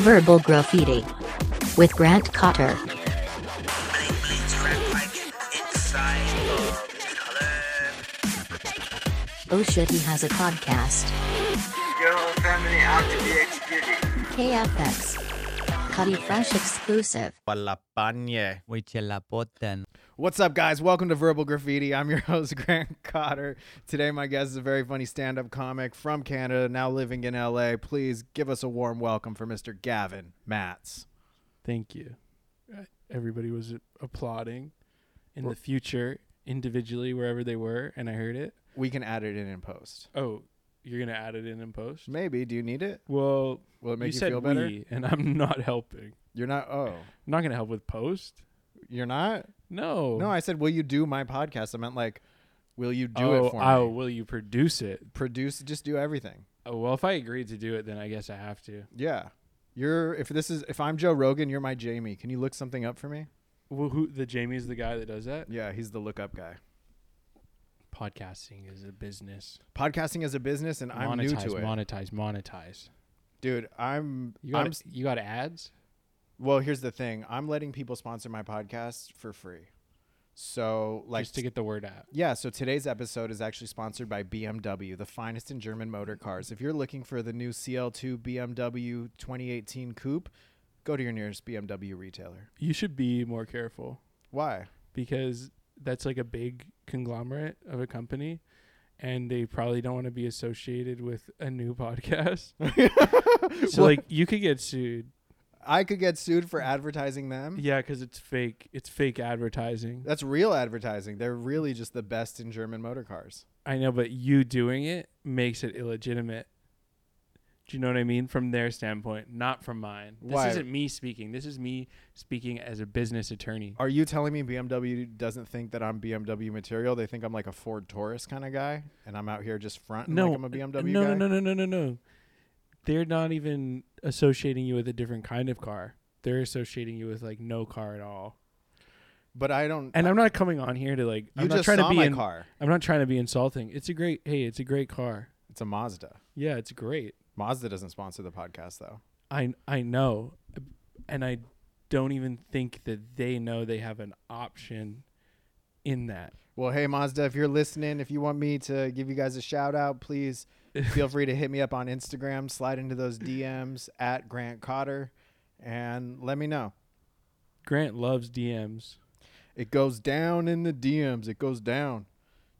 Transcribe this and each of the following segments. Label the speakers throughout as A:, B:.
A: Verbal Graffiti. With Grant Cotter. Oh shit, he has a podcast.
B: Your whole family out to be executed.
A: KFX. Cutty Fresh exclusive.
C: Palapanye.
D: Huichelapoten.
C: What's up, guys? Welcome to Verbal Graffiti. I'm your host, Grant Cotter. Today, my guest is a very funny stand up comic from Canada, now living in LA. Please give us a warm welcome for Mr. Gavin Matz.
E: Thank you. Uh, Everybody was applauding in the future, individually, wherever they were, and I heard it.
C: We can add it in in post.
E: Oh, you're going to add it in in post?
C: Maybe. Do you need it?
E: Well,
C: Will it make you,
E: said
C: feel better?
E: we, and I'm not helping.
C: You're not. Oh,
E: I'm not going to help with post.
C: you're not?
E: No.
C: No, I said, will you do my podcast? I meant like, will you do
E: oh,
C: it for
E: oh,
C: me?
E: will you produce it?
C: Produce, just do everything.
E: Oh, well, if I agreed to do it, then I guess I have to.
C: Yeah. You're, if this is, if I'm Joe Rogan, you're my Jamie. Can you look something up for me?
E: Well, who the Jamie's the guy that does that?
C: Yeah, he's the look up guy.
E: Podcasting is a business.
C: Podcasting is a business, and I'm new
E: monetize,
C: to it.
E: monetize, monetize.
C: dude i'm
E: You
C: i'm
E: got you got ads?
C: well here's the thing i'm letting people sponsor my podcast for free so like
E: just to get the word out.
C: yeah so today's episode is actually sponsored by bmw the finest in german motor cars if you're looking for the new cl2 bmw 2018 coupe go to your nearest bmw retailer
E: You should be more careful.
C: why
E: because that's like a big conglomerate of a company and they probably don't want to be associated with a new podcast. so like you could get sued.
C: i could get sued for advertising them
E: Yeah, cuz it's fake. It's fake advertising.
C: that's real advertising they're really just the best in german motor cars
E: I know, but you doing it makes it illegitimate. Do you know what I mean from their standpoint, not from mine. This
C: Why?
E: isn't me speaking. This is me speaking as a business attorney.
C: are you telling me BMW doesn't think that I'm BMW material? They think I'm like a Ford Taurus kind of guy, and I'm out here just fronting
E: no,
C: like I'm a BMW
E: no,
C: guy.
E: No, no, no, no, no, no. They're not even associating you with a different kind of car. They're associating you with like no car at all.
C: But I don't.
E: And I'm not coming on here to like.
C: you
E: I'm
C: just
E: not trying
C: saw
E: to be
C: my
E: in-
C: car.
E: I'm not trying to be insulting. It's a great. Hey, it's a great car.
C: It's a Mazda.
E: Yeah, it's great.
C: Mazda doesn't sponsor the podcast though.
E: I I know, and I don't even think that they know they have an option in that.
C: Well, hey Mazda, if you're listening, if you want me to give you guys a shout out, please feel free to hit me up on Instagram. Slide into those DMs at Grant Cotter, and let me know.
E: Grant loves DMs.
C: It goes down in the DMs. It goes down.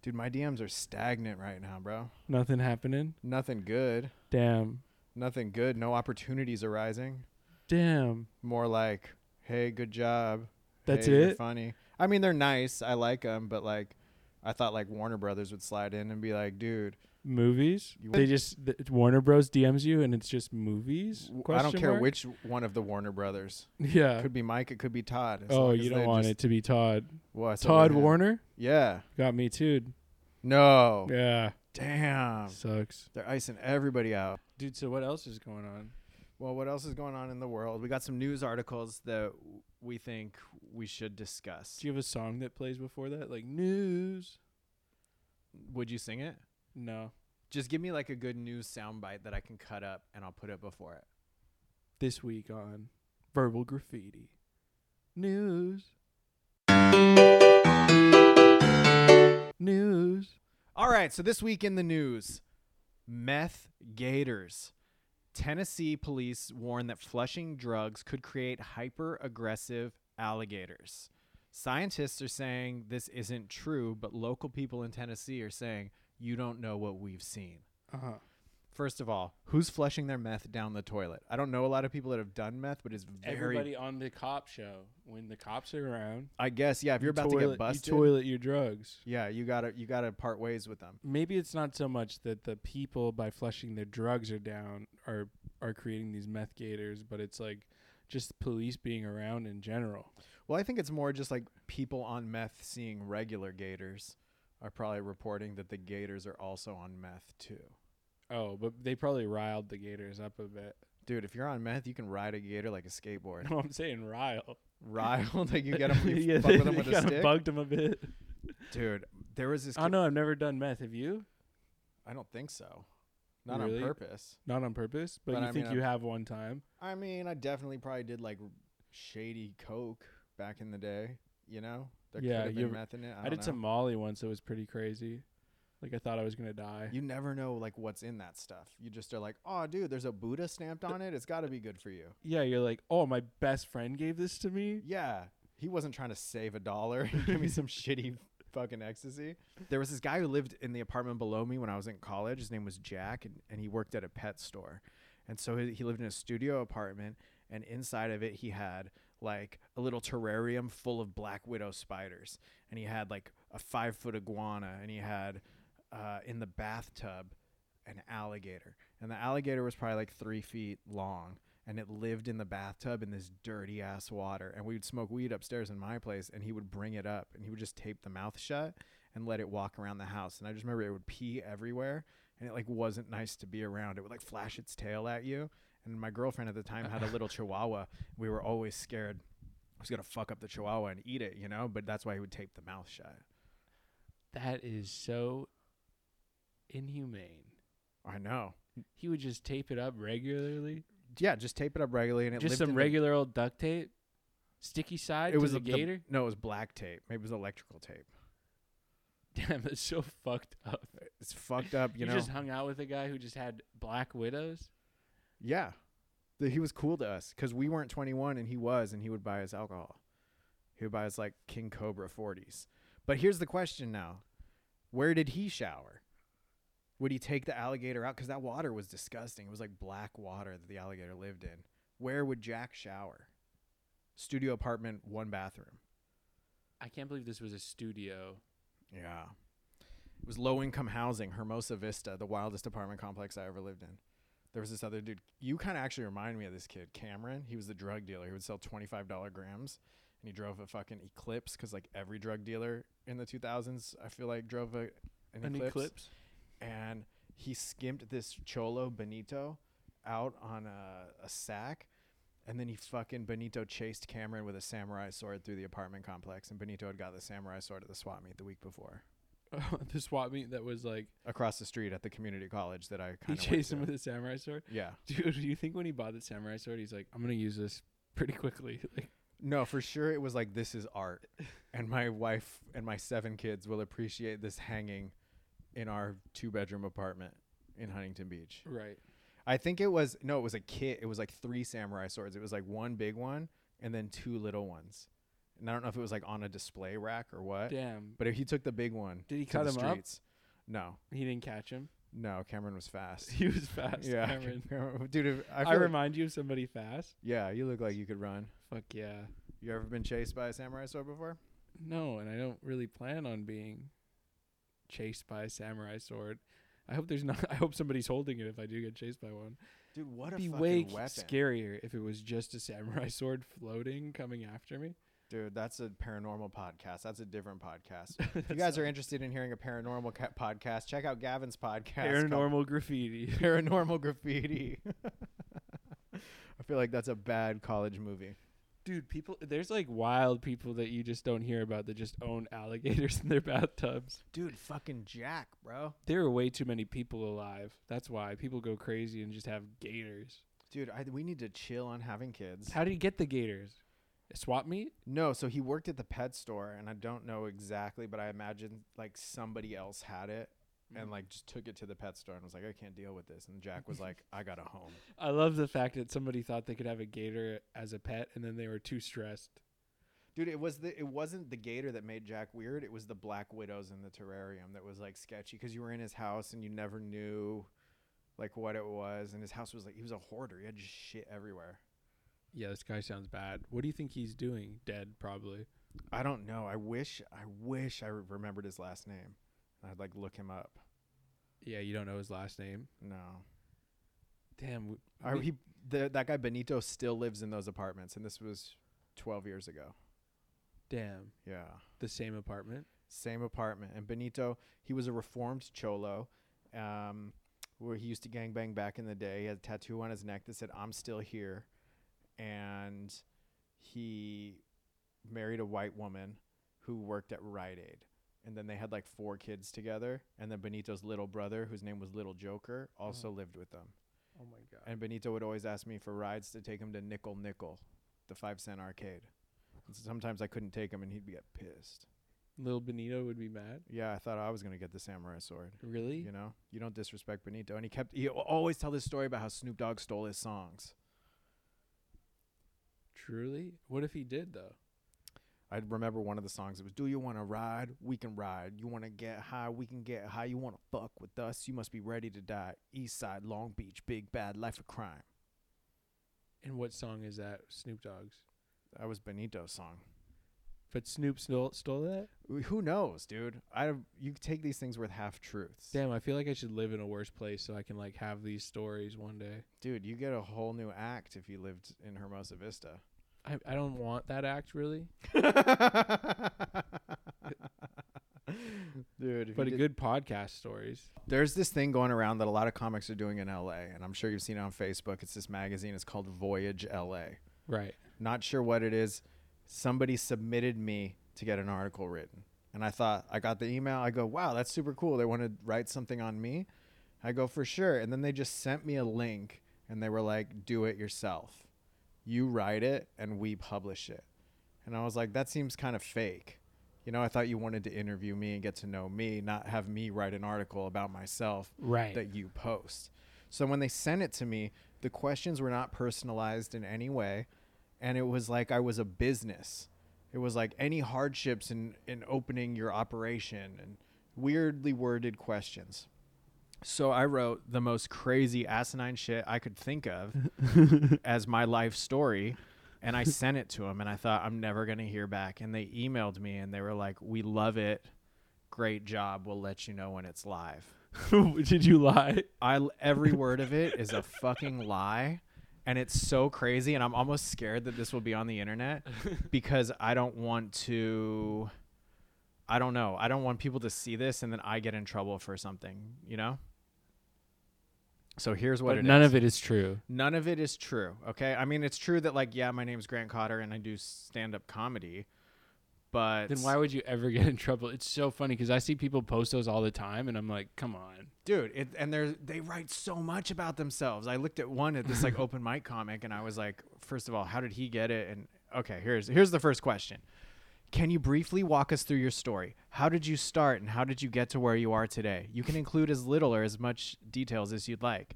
C: Dude, my DMs are stagnant right now, bro.
E: Nothing happening.
C: Nothing good.
E: Damn.
C: nothing good, no opportunities arising.
E: Damn.
C: More like, hey, good job.
E: That's
C: Hey, you're
E: it?
C: Funny. I mean, they're nice. I like them, but like, I thought like Warner Brothers would slide in and be like, dude,
E: movies.
C: You-
E: They just th- Warner Bros DMs you and it's just movies.
C: w- I
E: Question
C: don't care
E: mark?
C: which one of the Warner Brothers.
E: Yeah.
C: It could be Mike. It could be Todd. as
E: oh,
C: long
E: you
C: as
E: don't
C: they
E: want
C: just-
E: it to be Todd.
C: Well, I said
E: Todd
C: with him.
E: Warner
C: Yeah.
E: got me too.
C: No.
E: Yeah.
C: Damn.
E: Sucks,
C: They're icing everybody out.
E: dude. So what else is going on?
C: Well, what else is going on in the world? We got some news articles that we think we should discuss.
E: Do you have a song that plays before that, like news?
C: Would you sing it?
E: No.
C: Just give me like a good news soundbite that I can cut up and I'll put it before it.
E: This week on verbal graffiti news. News.
C: All right, so this week in the news, meth gators. Tennessee police warn that flushing drugs could create hyper aggressive alligators. Scientists are saying this isn't true, but local people in Tennessee are saying you don't know what we've seen.
E: Uh
C: Uh-huh.
E: huh.
C: First of all, who's flushing their meth down the toilet? I don't know a lot of people that have done meth, but it's very
E: Everybody on the cop show when the cops are around.
C: I guess yeah, if you're about to
E: toilet-
C: get busted,
E: You toilet your drugs.
C: yeah, you got to you got to part ways with them.
E: Maybe it's not so much that the people by flushing their drugs are down are are creating these meth gators, but it's like just police being around in general.
C: Well, I think it's more just like people on meth seeing regular gators are probably reporting that the gators are also on meth too.
E: Oh, but they probably riled the gators up a bit.
C: Dude, if you're on meth, you can ride a gator like a skateboard.
E: No, I'm saying rile.
C: Rile, like you get them, you
E: yeah,
C: fuck
E: they,
C: with them with a stick.
E: bugged them a bit.
C: Dude, there was this.
E: I
C: kid-
E: know I've never done meth. Have you?
C: I don't think so. Not
E: Really?
C: on purpose.
E: Not on purpose, but,
C: But
E: you
C: I
E: think
C: mean,
E: you have one time.
C: I mean, I definitely probably did like shady coke back in the day. You know, there could
E: Yeah,
C: have
E: you
C: been
E: ever-
C: meth in it. I,
E: I,
C: don't
E: did
C: know.
E: some Molly once that was pretty crazy. Like I thought I was gonna die.
C: You never know like what's in that stuff. You just are like, oh, dude, there's a Buddha stamped on it. It's got to be good for you.
E: yeah, you're like, oh, my best friend gave this to me.
C: Yeah, he wasn't trying to save a dollar and give me some shitty fucking ecstasy. There was this guy who lived in the apartment below me when I was in college. His name was Jack, and, and he worked at a pet store. And so he, he lived in a studio apartment, and inside of it, he had like a little terrarium full of black widow spiders. And he had like a five foot iguana, and he had uh, in the bathtub an alligator. And the alligator was probably like three feet long. And it lived in the bathtub in this dirty ass water. And we would smoke weed upstairs in my place. And he would bring it up and he would just tape the mouth shut and let it walk around the house. And I just remember it would pee everywhere. And it like wasn't nice to be around. It would like flash its tail at you. And my girlfriend at the time had a little chihuahua. We were always scared. I was going to fuck up the chihuahua and eat it, you know? But that's why he would tape the mouth shut.
E: That is so inhumane.
C: I know.
E: He would just tape it up regularly.
C: Yeah, just tape it up regularly. And it
E: just
C: lived
E: some
C: in the-
E: regular old duct tape, sticky side.
C: it was
E: a
C: the-
E: gator.
C: no, it was black tape. Maybe it was electrical tape.
E: Damn, that's so fucked up.
C: It's fucked up, you,
E: You,
C: know.
E: just hung out with a guy who just had black widows.
C: yeah, The- he was cool to us because we weren't 21 and he was, and he would buy us alcohol. He would buy us like King Cobra 40s. But here's the question now: Where did he shower? Would he take the alligator out? Because that water was disgusting. It was like black water that the alligator lived in. Where would Jack shower? Studio apartment, one bathroom.
E: I can't believe this was a studio.
C: Yeah. It was low income housing, Hermosa Vista, the wildest apartment complex I ever lived in. There was this other dude. You kind of actually remind me of this kid, Cameron. He was the drug dealer. He would sell $25 grams and he drove a fucking Eclipse because, like, every drug dealer in the 2000s, I feel like, drove a, an, eclipse. And he skimped this Cholo Benito out on a, a sack. And then he fucking Benito chased Cameron with a samurai sword through the apartment complex. And Benito had got the samurai sword at the swap meet the week before
E: the swap meet that was like
C: across the street at the community college that I
E: he
C: kind of
E: chased him with a samurai sword.
C: yeah.
E: Dude, do you think when he bought the samurai sword, he's like, I'm gonna use this pretty quickly? Like,
C: No, for sure it was like this is art, and my wife and my seven kids will appreciate this hanging in our two bedroom apartment in Huntington Beach.
E: right.
C: I think it was no, it was a kit. It was like three samurai swords. It was like one big one and then two little ones. And I don't know if it was like on a display rack or what.
E: Damn. But
C: But if he took the big one,
E: Did he
C: to
E: cut
C: the
E: him up?
C: streets, No,
E: he didn't catch him.
C: no, Cameron was fast.
E: He was fast.
C: yeah,
E: Cameron.
C: dude. if- I,
E: I,
C: feel like-
E: remind you of somebody fast.
C: yeah, you look like you could run.
E: Fuck yeah.
C: You ever been chased by a samurai sword before?
E: No, and I don't really plan on being chased by a samurai sword. I hope there's not. I hope somebody's holding it if I do get chased by one.
C: Dude, what
E: It'd be way scarier if it was just a samurai sword floating coming after me.
C: Dude, that's a paranormal podcast. That's a different podcast. if you guys are interested in hearing a paranormal ca- podcast, check out Gavin's podcast. called
E: Paranormal graffiti.
C: paranormal graffiti. I feel like that's a bad college movie.
E: Dude, people, there's like wild people that you just don't hear about that just own alligators in their bathtubs.
C: Dude, fucking Jack, bro.
E: There are way too many people alive. That's why people go crazy and just have gators.
C: Dude, I, we need to chill on having kids.
E: How did he get the gators? A swap meet?
C: No, so he worked at the pet store, and I don't know exactly, but I imagine like somebody else had it and like just took it to the pet store and was like, I can't deal with this. And Jack was like, I got a home.
E: I love the fact that somebody thought they could have a gator as a pet and then they were too stressed.
C: Dude, it was the it wasn't the gator that made Jack weird. It was the black widows in the terrarium that was like sketchy because you were in his house and you never knew like what it was. And his house was like he was a hoarder. He had just shit everywhere.
E: Yeah, this guy sounds bad. What do you think he's doing? Dead, probably.
C: I don't know. I wish I wish I remembered his last name. I'd like look him up.
E: Yeah, you don't know his last name.
C: No,
E: Damn. w-
C: Are
E: we-
C: he the, that guy Benito still lives in those apartments, and this was twelve years ago.
E: Damn.
C: Yeah.
E: The same apartment?
C: same apartment. And Benito, he was a reformed cholo, um, where he used to gangbang back in the day. He had a tattoo on his neck that said "I'm still here," and he married a white woman who worked at Rite Aid. and then they had like four kids together, and then Benito's little brother, whose name was Little Joker, also lived with them.
E: Oh my god.
C: And Benito would always ask me for rides to take him to Nickel Nickel, the five cent arcade. And sometimes I couldn't take him, and he'd be get pissed.
E: Little Benito would be mad.
C: Yeah, I thought I was gonna get the samurai sword.
E: Really?
C: You know, you don't disrespect Benito, and he kept. He al- always tell this story about how Snoop Dogg stole his songs.
E: Truly? What if he did though?
C: I remember one of the songs. It was, "Do you want to ride? We can ride. You want to get high? We can get high. You want to fuck with us? You must be ready to die. East Side, Long Beach, big bad life of crime."
E: And what song is that? Snoop Dogg's.
C: That was Benito's song.
E: But Snoop stole stole that?
C: Who knows, dude? I you take these things with half truths.
E: Damn, I feel like I should live in a worse place so I can like have these stories one day.
C: Dude, you get a whole new act if you lived in Hermosa Vista.
E: I, I don't want that act really.
C: Dude, if
E: But
C: you
E: a
C: did-
E: good podcast stories.
C: there's this thing going around that a lot of comics are doing in LA, and I'm sure you've seen it on Facebook. It's this magazine. It's called Voyage LA.
E: Right.
C: Not sure what it is. Somebody submitted me to get an article written, and I thought I got the email. I go, wow, that's super cool. They want to write something on me. I go for sure, and then they just sent me a link, and they were like, do it yourself. You write it, and we publish it. And I was like, that seems kind of fake. You know, I thought you wanted to interview me and get to know me, not have me write an article about myself
E: Right.
C: that you post. So when they sent it to me, the questions were not personalized in any way. And it was like I was a business. It was like any hardships in, in opening your operation and weirdly worded questions. So I wrote the most crazy asinine shit I could think of as my life story. And I sent it to them and I thought, I'm never going to hear back. And they emailed me and they were like, We love it. Great job. We'll let you know when it's live.
E: did you lie?
C: I every word of it is a fucking lie, and it's so crazy. And I'm almost scared that this will be on the internet because I don't want to. I don't know. I don't want people to see this and then I get in trouble for something. You know. So here's what
E: But
C: it
E: none
C: is.
E: of it is true.
C: None of it is true. Okay. I mean, it's true that like yeah, my name's Grant Cotter and I do stand up comedy, but
E: Then why would you ever get in trouble? It's so funny because I see people post those all the time, and I'm like, come on.
C: dude it, and they're they write so much about themselves i looked at one at this like open mic comic and i was like first of all how did he get it and okay here's here's the first question can you briefly walk us through your story how did you start and how did you get to where you are today you can include as little or as much details as you'd like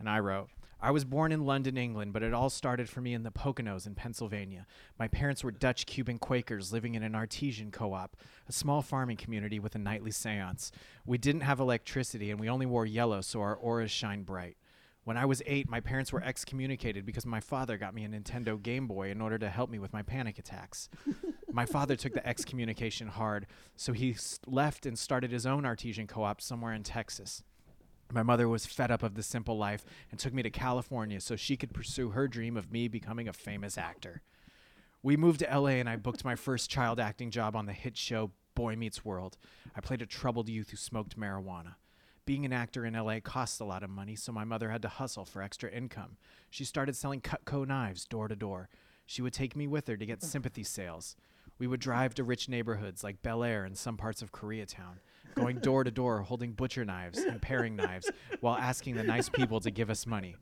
C: and I wrote, I was born in London, England, but it all started for me in the Poconos in Pennsylvania. My parents were Dutch Cuban Quakers living in an artesian co op, a small farming community with a nightly seance. We didn't have electricity and we only wore yellow so our auras shine bright. When I was eight, my parents were excommunicated because my father got me a Nintendo Game Boy in order to help me with my panic attacks. my father took the excommunication hard, so he s- left and started his own artesian co op somewhere in Texas. My mother was fed up of the simple life and took me to California so she could pursue her dream of me becoming a famous actor. We moved to LA and I booked my first child acting job on the hit show Boy Meets World. I played a troubled youth who smoked marijuana. Being an actor in LA costs a lot of money, so my mother had to hustle for extra income. She started selling Cutco knives door to door. She would take me with her to get sympathy sales. We would drive to rich neighborhoods like Bel Air and some parts of Koreatown, going door to door holding butcher knives and paring knives while asking the nice people to give us money.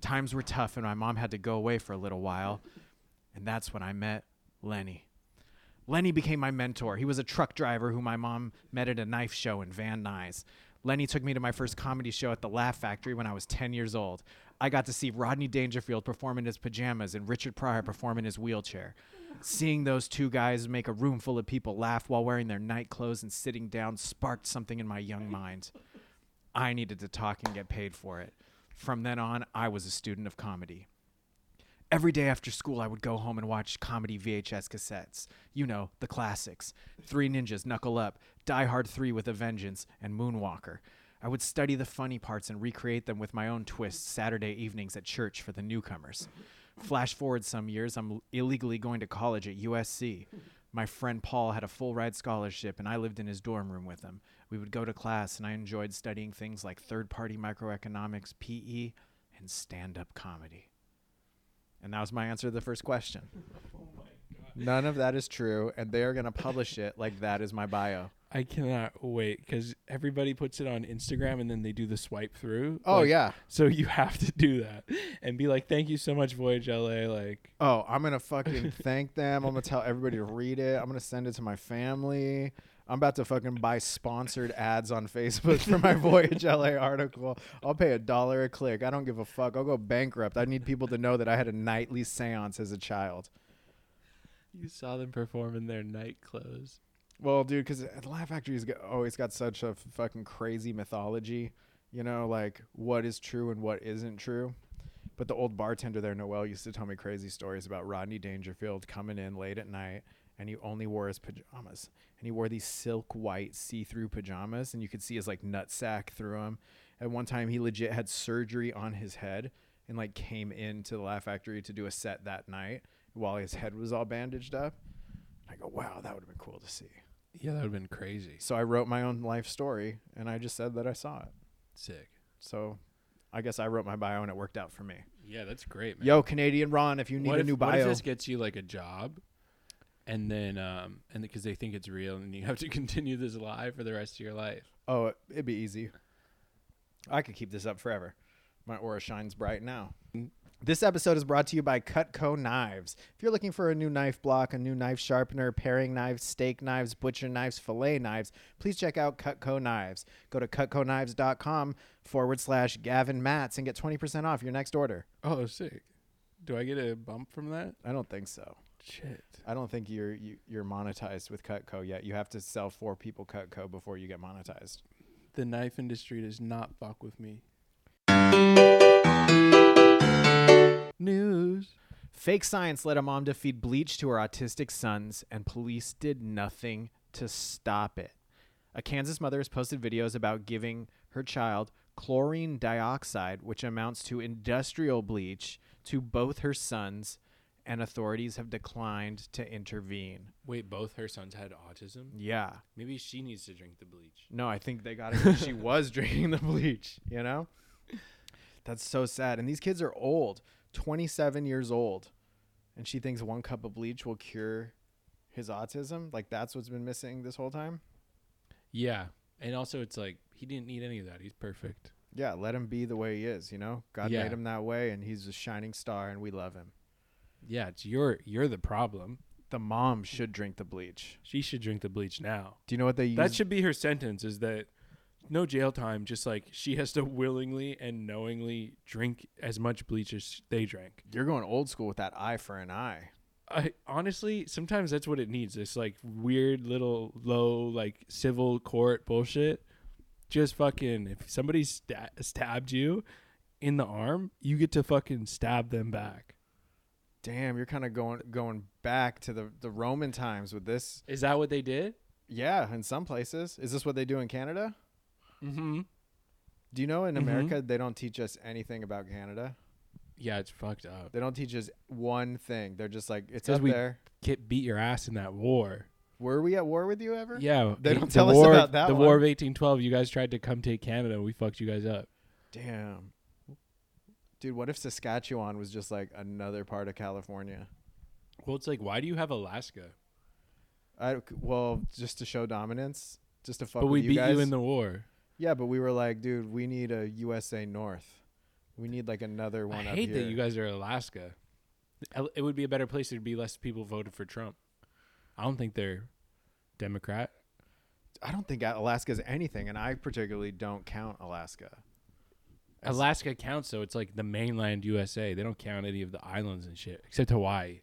C: Times were tough, and my mom had to go away for a little while. And that's when I met Lenny. Lenny became my mentor. He was a truck driver who my mom met at a knife show in Van Nuys. Lenny took me to my first comedy show at the Laugh Factory when I was 10 years old. I got to see Rodney Dangerfield perform in his pajamas and Richard Pryor perform in his wheelchair. Seeing those two guys make a room full of people laugh while wearing their night clothes and sitting down sparked something in my young mind. I needed to talk and get paid for it. From then on, I was a student of comedy. Every day after school, I would go home and watch comedy VHS cassettes. You know, the classics Three Ninjas, Knuckle Up, Die Hard 3 with a Vengeance, and Moonwalker. I would study the funny parts and recreate them with my own twists Saturday evenings at church for the newcomers. Flash forward some years, I'm illegally going to college at USC. My friend Paul had a full ride scholarship, and I lived in his dorm room with him. We would go to class, and I enjoyed studying things like third party microeconomics, PE, and stand up comedy. And that was my answer to the first question. None of that is true, and they are going to publish it like that is my bio.
E: I cannot wait because everybody puts it on Instagram and then they do the swipe through.
C: Oh
E: Like,
C: yeah.
E: So you have to do that and be like, "Thank you so much, Voyage LA." Like,
C: Oh, I'm gonna fucking thank them. I'm gonna tell everybody to read it. I'm gonna send it to my family. I'm about to fucking buy sponsored ads on Facebook for my Voyage LA article. I'll pay a dollar a click. I don't give a fuck. I'll go bankrupt. I need people to know that I had a nightly seance as a child.
E: you saw them perform in their night clothes.
C: Well, dude, because the Laugh Factory's got, always got such a fucking crazy mythology, you know, like what is true and what isn't true. But the old bartender there, Noel, used to tell me crazy stories about Rodney Dangerfield coming in late at night and he only wore his pajamas. And he wore these silk white see through pajamas and you could see his like nutsack through him. At one time, he legit had surgery on his head and like came into the Laugh Factory to do a set that night while his head was all bandaged up. I go, wow, that would have been cool to see.
E: Yeah, that would have been crazy.
C: So I wrote my own life story and I just said that I saw it.
E: Sick.
C: So I guess I wrote my bio and it worked out for me.
E: Yeah, that's great, man.
C: Yo, Canadian Ron, if you need
E: what
C: a
E: if,
C: new
E: what if
C: bio.
E: this gets you like a job, and then um, and because they think it's real, and you have to continue this lie for the rest of your life.
C: Oh, it- it'd be easy. I could keep this up forever. My aura shines bright now. This episode is brought to you by Cutco Knives. If you're looking for a new knife block, a new knife sharpener, paring knives, steak knives, butcher knives, fillet knives, please check out Cutco Knives. Go to cutcoknives.com forward slash Gavin Matz and get 20% off your next order.
E: Oh, sick. Do I get a bump from that?
C: I don't think so.
E: Shit.
C: I don't think you're you, you're monetized with Cutco yet. You have to sell four people Cutco before you get monetized.
E: The knife industry does not fuck with me. News.
C: Fake science led a mom to feed bleach to her autistic sons, and police did nothing to stop it. A Kansas mother has posted videos about giving her child chlorine dioxide, which amounts to industrial bleach, to both her sons, and authorities have declined to intervene.
E: Wait, both her sons had autism.
C: Yeah.
E: Maybe she needs to drink the bleach.
C: No, I think they got it because she was drinking the bleach, you know? That's so sad. And these kids are old, 27 years old. And she thinks one cup of bleach will cure his autism. Like, that's what's been missing this whole time.
E: Yeah, and also it's like he didn't need any of that. He's perfect.
C: Yeah, let him be the way he is, you know? God
E: Yeah.
C: made him that way, and he's a shining star, and we love him.
E: Yeah, it's your you're the problem.
C: The mom should drink the bleach.
E: She should drink the bleach now.
C: Do you know what they use?
E: That should be her sentence is that no jail time, just like she has to willingly and knowingly drink as much bleach as they drank.
C: You're going old school with that eye for an eye.
E: I honestly sometimes that's what it needs. This like weird little low like civil court bullshit. Just fucking if somebody sta- stabbed you in the arm, you get to fucking stab them back.
C: Damn, you're kind of going going back to the, the Roman times with this
E: Is that what they did?
C: Yeah, in some places. Is this what they do in Canada?
E: Mhm.
C: Do you know in
E: Mm-hmm.
C: America they don't teach us anything about Canada?
E: Yeah, it's fucked up.
C: They don't teach us one thing. They're just like it's
E: 'Cause
C: up
E: we-
C: there.
E: Get beat your ass in that war.
C: Were we at war with you ever?
E: Yeah,
C: They
E: eight-
C: don't
E: the
C: tell us
E: war,
C: about that
E: The War
C: one.
E: of 1812. You guys tried to come take Canada. We fucked you guys up.
C: Damn. Dude, what if Saskatchewan was just like another part of California?
E: Well, it's like, why do you have Alaska?
C: I well, just to show dominance, just to fuck
E: but
C: with
E: we
C: you
E: beat
C: guys.
E: you in the war.
C: yeah, but we were like, dude, we need a USA North. We need like another
E: I
C: one up
E: hate
C: here.
E: that you guys are Alaska. Al- It would be a better place. There'd be less people voted for Trump. I don't think they're Democrat.
C: I don't think Alaska's anything, and I particularly don't count Alaska.
E: Alaska counts, so it's like the mainland USA. They don't count any of the islands and shit, except Hawaii.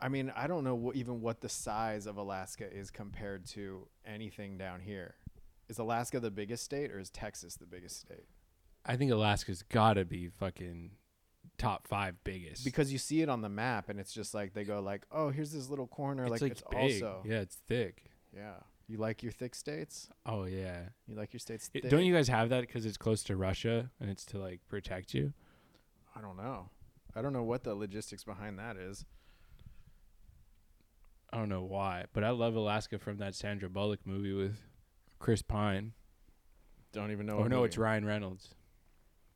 C: I mean, I don't know what, even what the size of Alaska is compared to anything down here. Is Alaska the biggest state or is Texas the biggest state?
E: I think Alaska's gotta be fucking top five biggest.
C: Because you see it on the map and it's just like they go like, "Oh, here's this little corner
E: it's
C: like,
E: like,
C: it's
E: big.
C: also." Yeah.
E: Yeah, it's thick.
C: You like your thick states?
E: Oh yeah.
C: You like your states
E: It-
C: thick?
E: don't you guys have that because it's close to Russia and it's to like protect you?
C: I don't know. I don't know what the logistics behind that is.
E: I don't know why, but I love Alaska from that Sandra Bullock movie with Chris Pine.
C: Don't even know.
E: Oh
C: what
E: no,
C: movie.
E: it's Ryan Reynolds.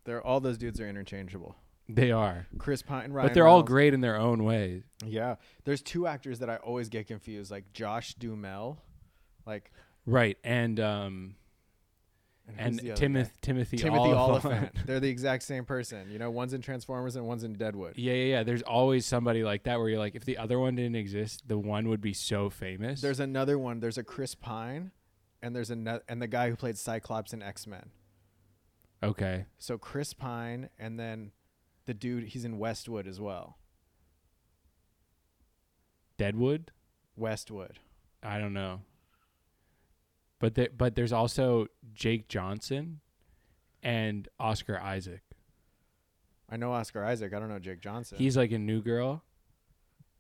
C: They're all those dudes are interchangeable.
E: They are,
C: Chris Pine, Ryan,
E: but they're all
C: Reynolds,
E: great in their own way.
C: Yeah, there's two actors that I always get confused, like Josh Dumel, like
E: Right, and um, and Timoth- Timothy
C: Timothy
E: Olyphant.
C: Oliphant. They're the exact same person. You know, one's in Transformers and one's in Deadwood.
E: yeah, yeah, yeah. There's always somebody like that where you're like, if the other one didn't exist, the one would be so famous.
C: There's another one. There's a Chris Pine, and there's another and the guy who played Cyclops in X Men.
E: okay,
C: So Chris Pine, and then the dude he's in Westwood as well.
E: Deadwood.
C: Westwood.
E: I don't know. But there, but there's also Jake Johnson and Oscar Isaac.
C: I know Oscar Isaac. I don't know Jake Johnson.
E: He's like a new girl.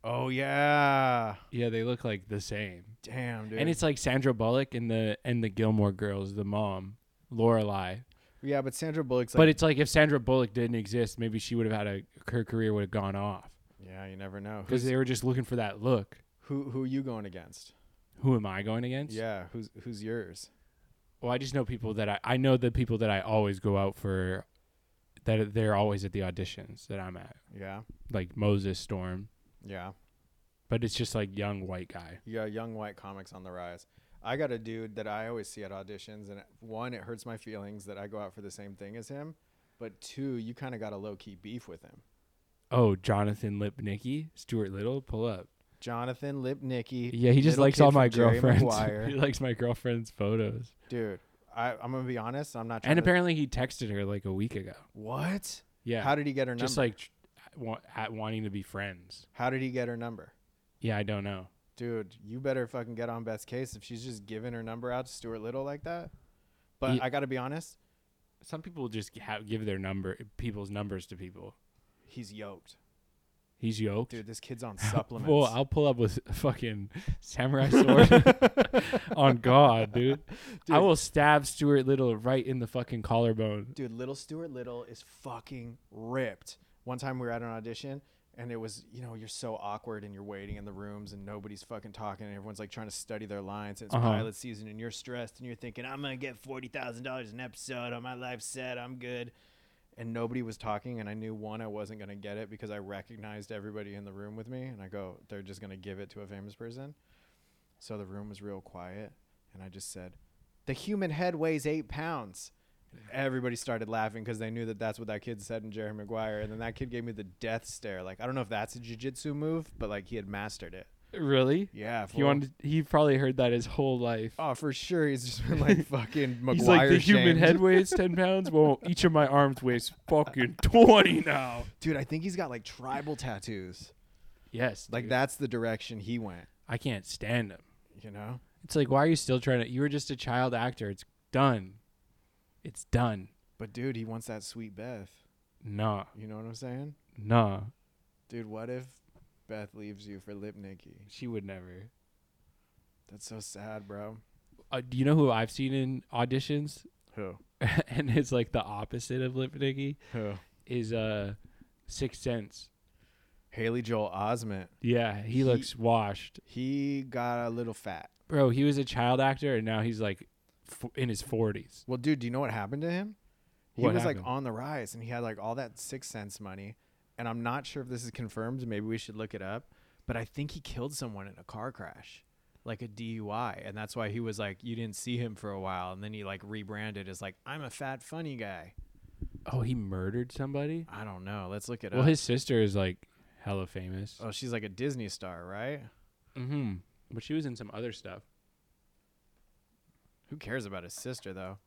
C: oh yeah.
E: Yeah, they look like the same.
C: Damn dude.
E: And it's like Sandra Bullock and the and the Gilmore Girls, the mom, Lorelai.
C: yeah, but Sandra Bullock's like.
E: But it's like if Sandra Bullock didn't exist, maybe she would have had a her career would have gone off
C: yeah, you never know.
E: because
C: Who's-
E: they were just looking for that look.
C: who who are you going against?
E: Who am I going against?
C: Yeah, who's who's yours?
E: Well, I just know people that I I know the people that I always go out for, that they're always at the auditions that I'm at,
C: Yeah,
E: like Moses Storm.
C: yeah.
E: But it's just like young white guy.
C: Yeah, young white comics on the rise. I got a dude that I always see at auditions, and one, it hurts my feelings that I go out for the same thing as him, but two, you kind of got a low key beef with him.
E: Oh, Jonathan Lipnicki, Stuart Little, pull up.
C: Jonathan Lipnicki.
E: Yeah, he just
C: little
E: likes
C: kid
E: all
C: from
E: my
C: Jerry
E: girlfriends.
C: Maguire.
E: he likes my girlfriend's photos.
C: dude. I, I'm gonna be honest. I'm not. Trying
E: And
C: to-
E: apparently, he texted her like a week ago.
C: what?
E: Yeah,
C: How did he get her number?
E: just like tr- wa- at wanting to be friends?
C: How did he get her number?
E: Yeah, I don't know.
C: Dude, you better fucking get on Beth's case if she's just giving her number out to Stuart Little like that. But
E: Ye-
C: I gotta be honest,
E: Some people just ha give their number, people's numbers to people.
C: he's yoked.
E: He's yoked.
C: Dude, this kid's on supplements.
E: Well, I'll pull up with fucking samurai sword on God, dude. I
C: Dude.
E: will stab Stuart Little right in the fucking collarbone.
C: Dude, little Stuart Little is fucking ripped. One time we were at an audition and it was, you know, you're so awkward and you're waiting in the rooms and nobody's fucking talking and everyone's like trying to study their lines and it's
E: Uh-huh.
C: pilot season and you're stressed and you're thinking, I'm gonna get forty thousand dollars an episode on my live set, I'm good. And nobody was talking and I knew one I wasn't gonna get it because I recognized everybody in the room with me and I go, They're just gonna give it to a famous person. So the room was real quiet, and I just said, "The human head weighs eight pounds." And Everybody started laughing because they knew that that's what that kid said in Jerry Maguire, and then that kid gave me the death stare. Like I don't know if that's a jujitsu move, but like he had mastered it.
E: Really?
C: Yeah,
E: He wanted. He probably heard that his whole life.
C: Oh, for sure, he's just been like fucking Maguire.
E: He's like the human
C: shamed."
E: head weighs ten pounds. Well, each of my arms weighs fucking twenty now.
C: dude. I think he's got like tribal tattoos.
E: Yes,
C: Like
E: dude.
C: that's the direction he went.
E: I can't stand him.
C: You know?
E: It's like, why are you still trying to? You were just a child actor. It's done. It's done.
C: But dude, he wants that sweet Beth.
E: Nah,
C: You know what I'm saying?
E: nah.
C: Dude, what if Beth leaves you for Lipnicki?
E: She would never.
C: That's so sad, bro.
E: Uh, do you know who I've seen in auditions?
C: Who?
E: and it's like the opposite of Lipnicki
C: Who?
E: is uh Sixth Sense.
C: Haley Joel Osment.
E: Yeah, he,
C: He-
E: looks washed,
C: He got a little fat.
E: bro. He was a child actor, and now he's like f- in his forties.
C: Well, dude, do you know what happened to him? He
E: What
C: was like
E: happened?
C: on the rise and he had like all that six cents money. And I'm not sure if this is confirmed. Maybe we should look it up. But I think he killed someone in a car crash, like a DUI. And that's why he was like, you didn't see him for a while. And then he like rebranded as like, I'm a fat, funny guy.
E: Oh, he murdered somebody.
C: I don't know. Let's look it
E: Well,
C: up.
E: his sister is like hella famous.
C: oh, she's like a Disney star, right?
E: Uh, Mm-hmm. But she was in some other stuff.
C: Who cares about his sister, though?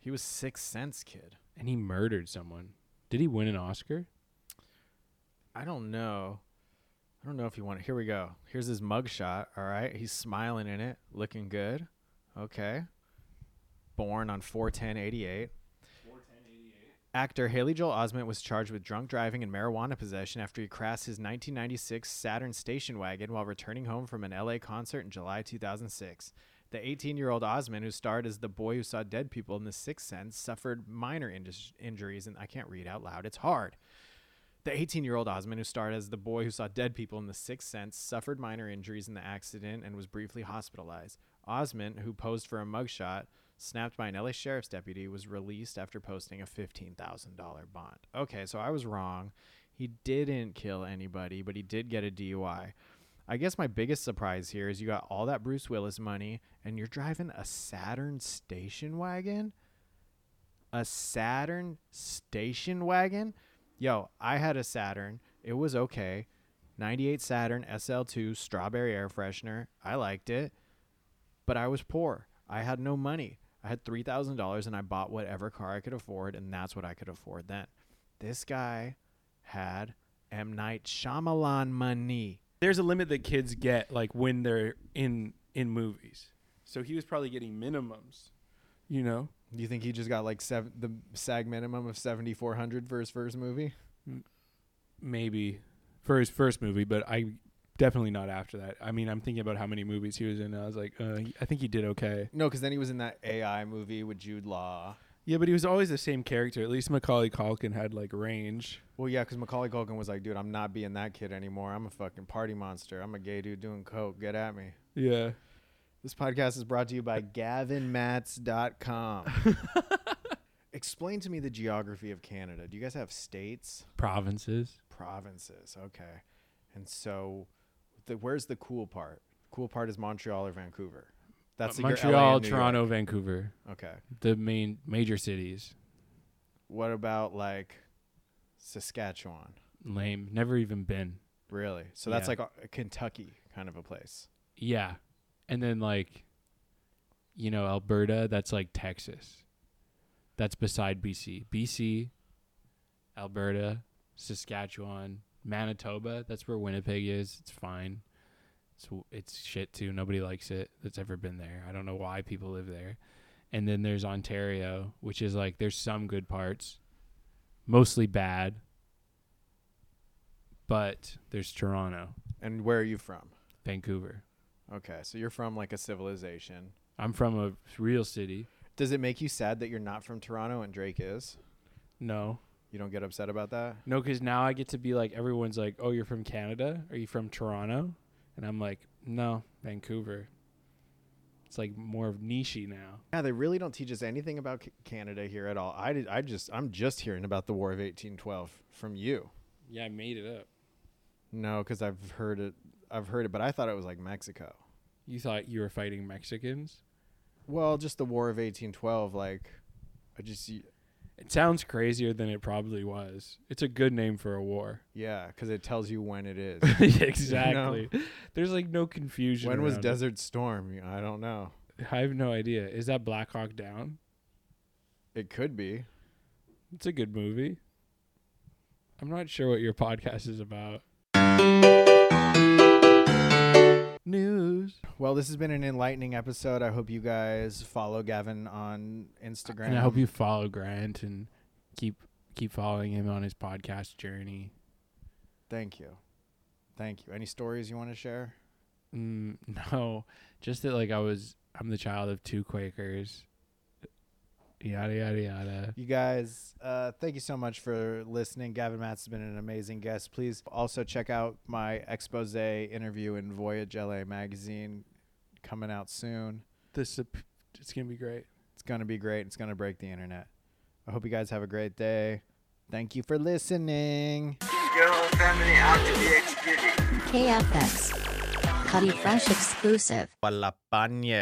C: He was Six Sense kid.
E: And he murdered someone. Did he win an Oscar?
C: I don't know. I don't know if you want it. Here we go. Here's his mugshot. All right. He's smiling in it, looking good. Okay. Born on 41088. Actor Haley Joel Osment was charged with drunk driving and marijuana possession after he crashed his 1996 Saturn station wagon while returning home from an LA concert in July 2006. The 18 year old Osment, who starred as the boy who saw dead people in The Sixth Sense, suffered minor indus- injuries, and I can't read out loud. It's hard. The 18 year old Osman, who starred as the boy who saw dead people in The Sixth Sense, suffered minor injuries in the accident and was briefly hospitalized. Osman, who posed for a mugshot snapped by an LA sheriff's deputy, was released after posting a $15,000 bond. Okay, so I was wrong. He didn't kill anybody, but he did get a DUI. I I guess my biggest surprise here is you got all that Bruce Willis money and you're driving a Saturn station wagon? A Saturn station wagon? Yo, I had a Saturn. It was okay. 98 Saturn SL2 strawberry air freshener. I liked it. But I was poor. I had no money. I had $3,000 and I bought whatever car I could afford, and that's what I could afford then. This guy had M. Night Shyamalan money.
E: There's a limit that kids get like when they're in in movies. So he was probably getting minimums, you know.
C: Do you think he just got like seven, the SAG minimum of 7,400 for his first movie?
E: maybe for his first movie, but I definitely not after that. I mean, I'm thinking about how many movies he was in. And I was like, uh, I think he did okay.
C: No, because then he was in that AI movie with Jude Law.
E: Yeah, but he was always the same character. At least Macaulay Culkin had like range.
C: Well, yeah, because Macaulay Culkin was like, dude, I'm not being that kid anymore. I'm a fucking party monster. I'm a gay dude doing coke. Get at me.
E: Yeah.
C: This podcast is brought to you by GavinMatz.com. Explain to me the geography of Canada. Do you guys have states?
E: Provinces.
C: provinces. Okay. And so, the, where's the cool part? Cool part is Montreal or Vancouver. That's like your LA
E: Montreal,
C: and New York.
E: Toronto, Vancouver,
C: Okay.
E: the main major cities.
C: What about like Saskatchewan?
E: Lame. Never even been.
C: Really? So that's
E: Yeah.
C: like a, a Kentucky kind of a place.
E: Yeah. And then like, you know, Alberta, that's like Texas. That's beside BC. BC, Alberta, Saskatchewan, Manitoba, that's where Winnipeg is. It's fine. It's it's shit too. Nobody likes it that's ever been there. I don't know why people live there. And then there's Ontario, which is like there's some good parts, mostly bad. But there's Toronto,
C: And where are you from?
E: Vancouver.
C: Okay. So you're from like a civilization.
E: I'm from a real city.
C: Does it make you sad that you're not from Toronto and Drake is?
E: No.
C: You don't get upset about that?
E: No, because now I get to be like, everyone's like, oh, you're from Canada? Are you from Toronto? And I'm like, no, Vancouver. It's like more of niche now.
C: Yeah, they really don't teach us anything about C- Canada here at all. I, did, I just I'm just hearing about the War of 1812 from you.
E: Yeah, I made it up.
C: No, because I've heard it. I've heard it, but I thought it was like Mexico.
E: You thought you were fighting Mexicans?
C: Well, just the War of 1812. Like, I just
E: It sounds crazier than it probably was. It's a good name for a war.
C: yeah, because it tells you when it is.
E: exactly. There's like no confusion.
C: when was
E: around
C: Desert Storm? I don't know.
E: it. I have no idea. Is that Black Hawk Down?
C: It could be.
E: It's a good movie. I'm not sure what your podcast is about. News.
C: Well, this has been an enlightening episode. I hope you guys follow Gavin on Instagram.
E: And I hope you follow Grant and keep keep following him on his podcast journey.
C: Thank you. Thank you. Any stories you want to share?
E: Mm, no, just that like I was I'm the child of two Quakers. Yada yada yada.
C: You guys, uh, thank you so much for listening. Gavin Matz has been an amazing guest. Please also check out my expose interview in Voyage LA magazine coming out soon.
E: This it's gonna be great.
C: It's going to be great. It's going to break the internet. I hope you guys have a great day. Thank you for listening.
B: Your whole family out to be executed.
A: KFX. Cutty Fresh exclusive.
C: Palapanye.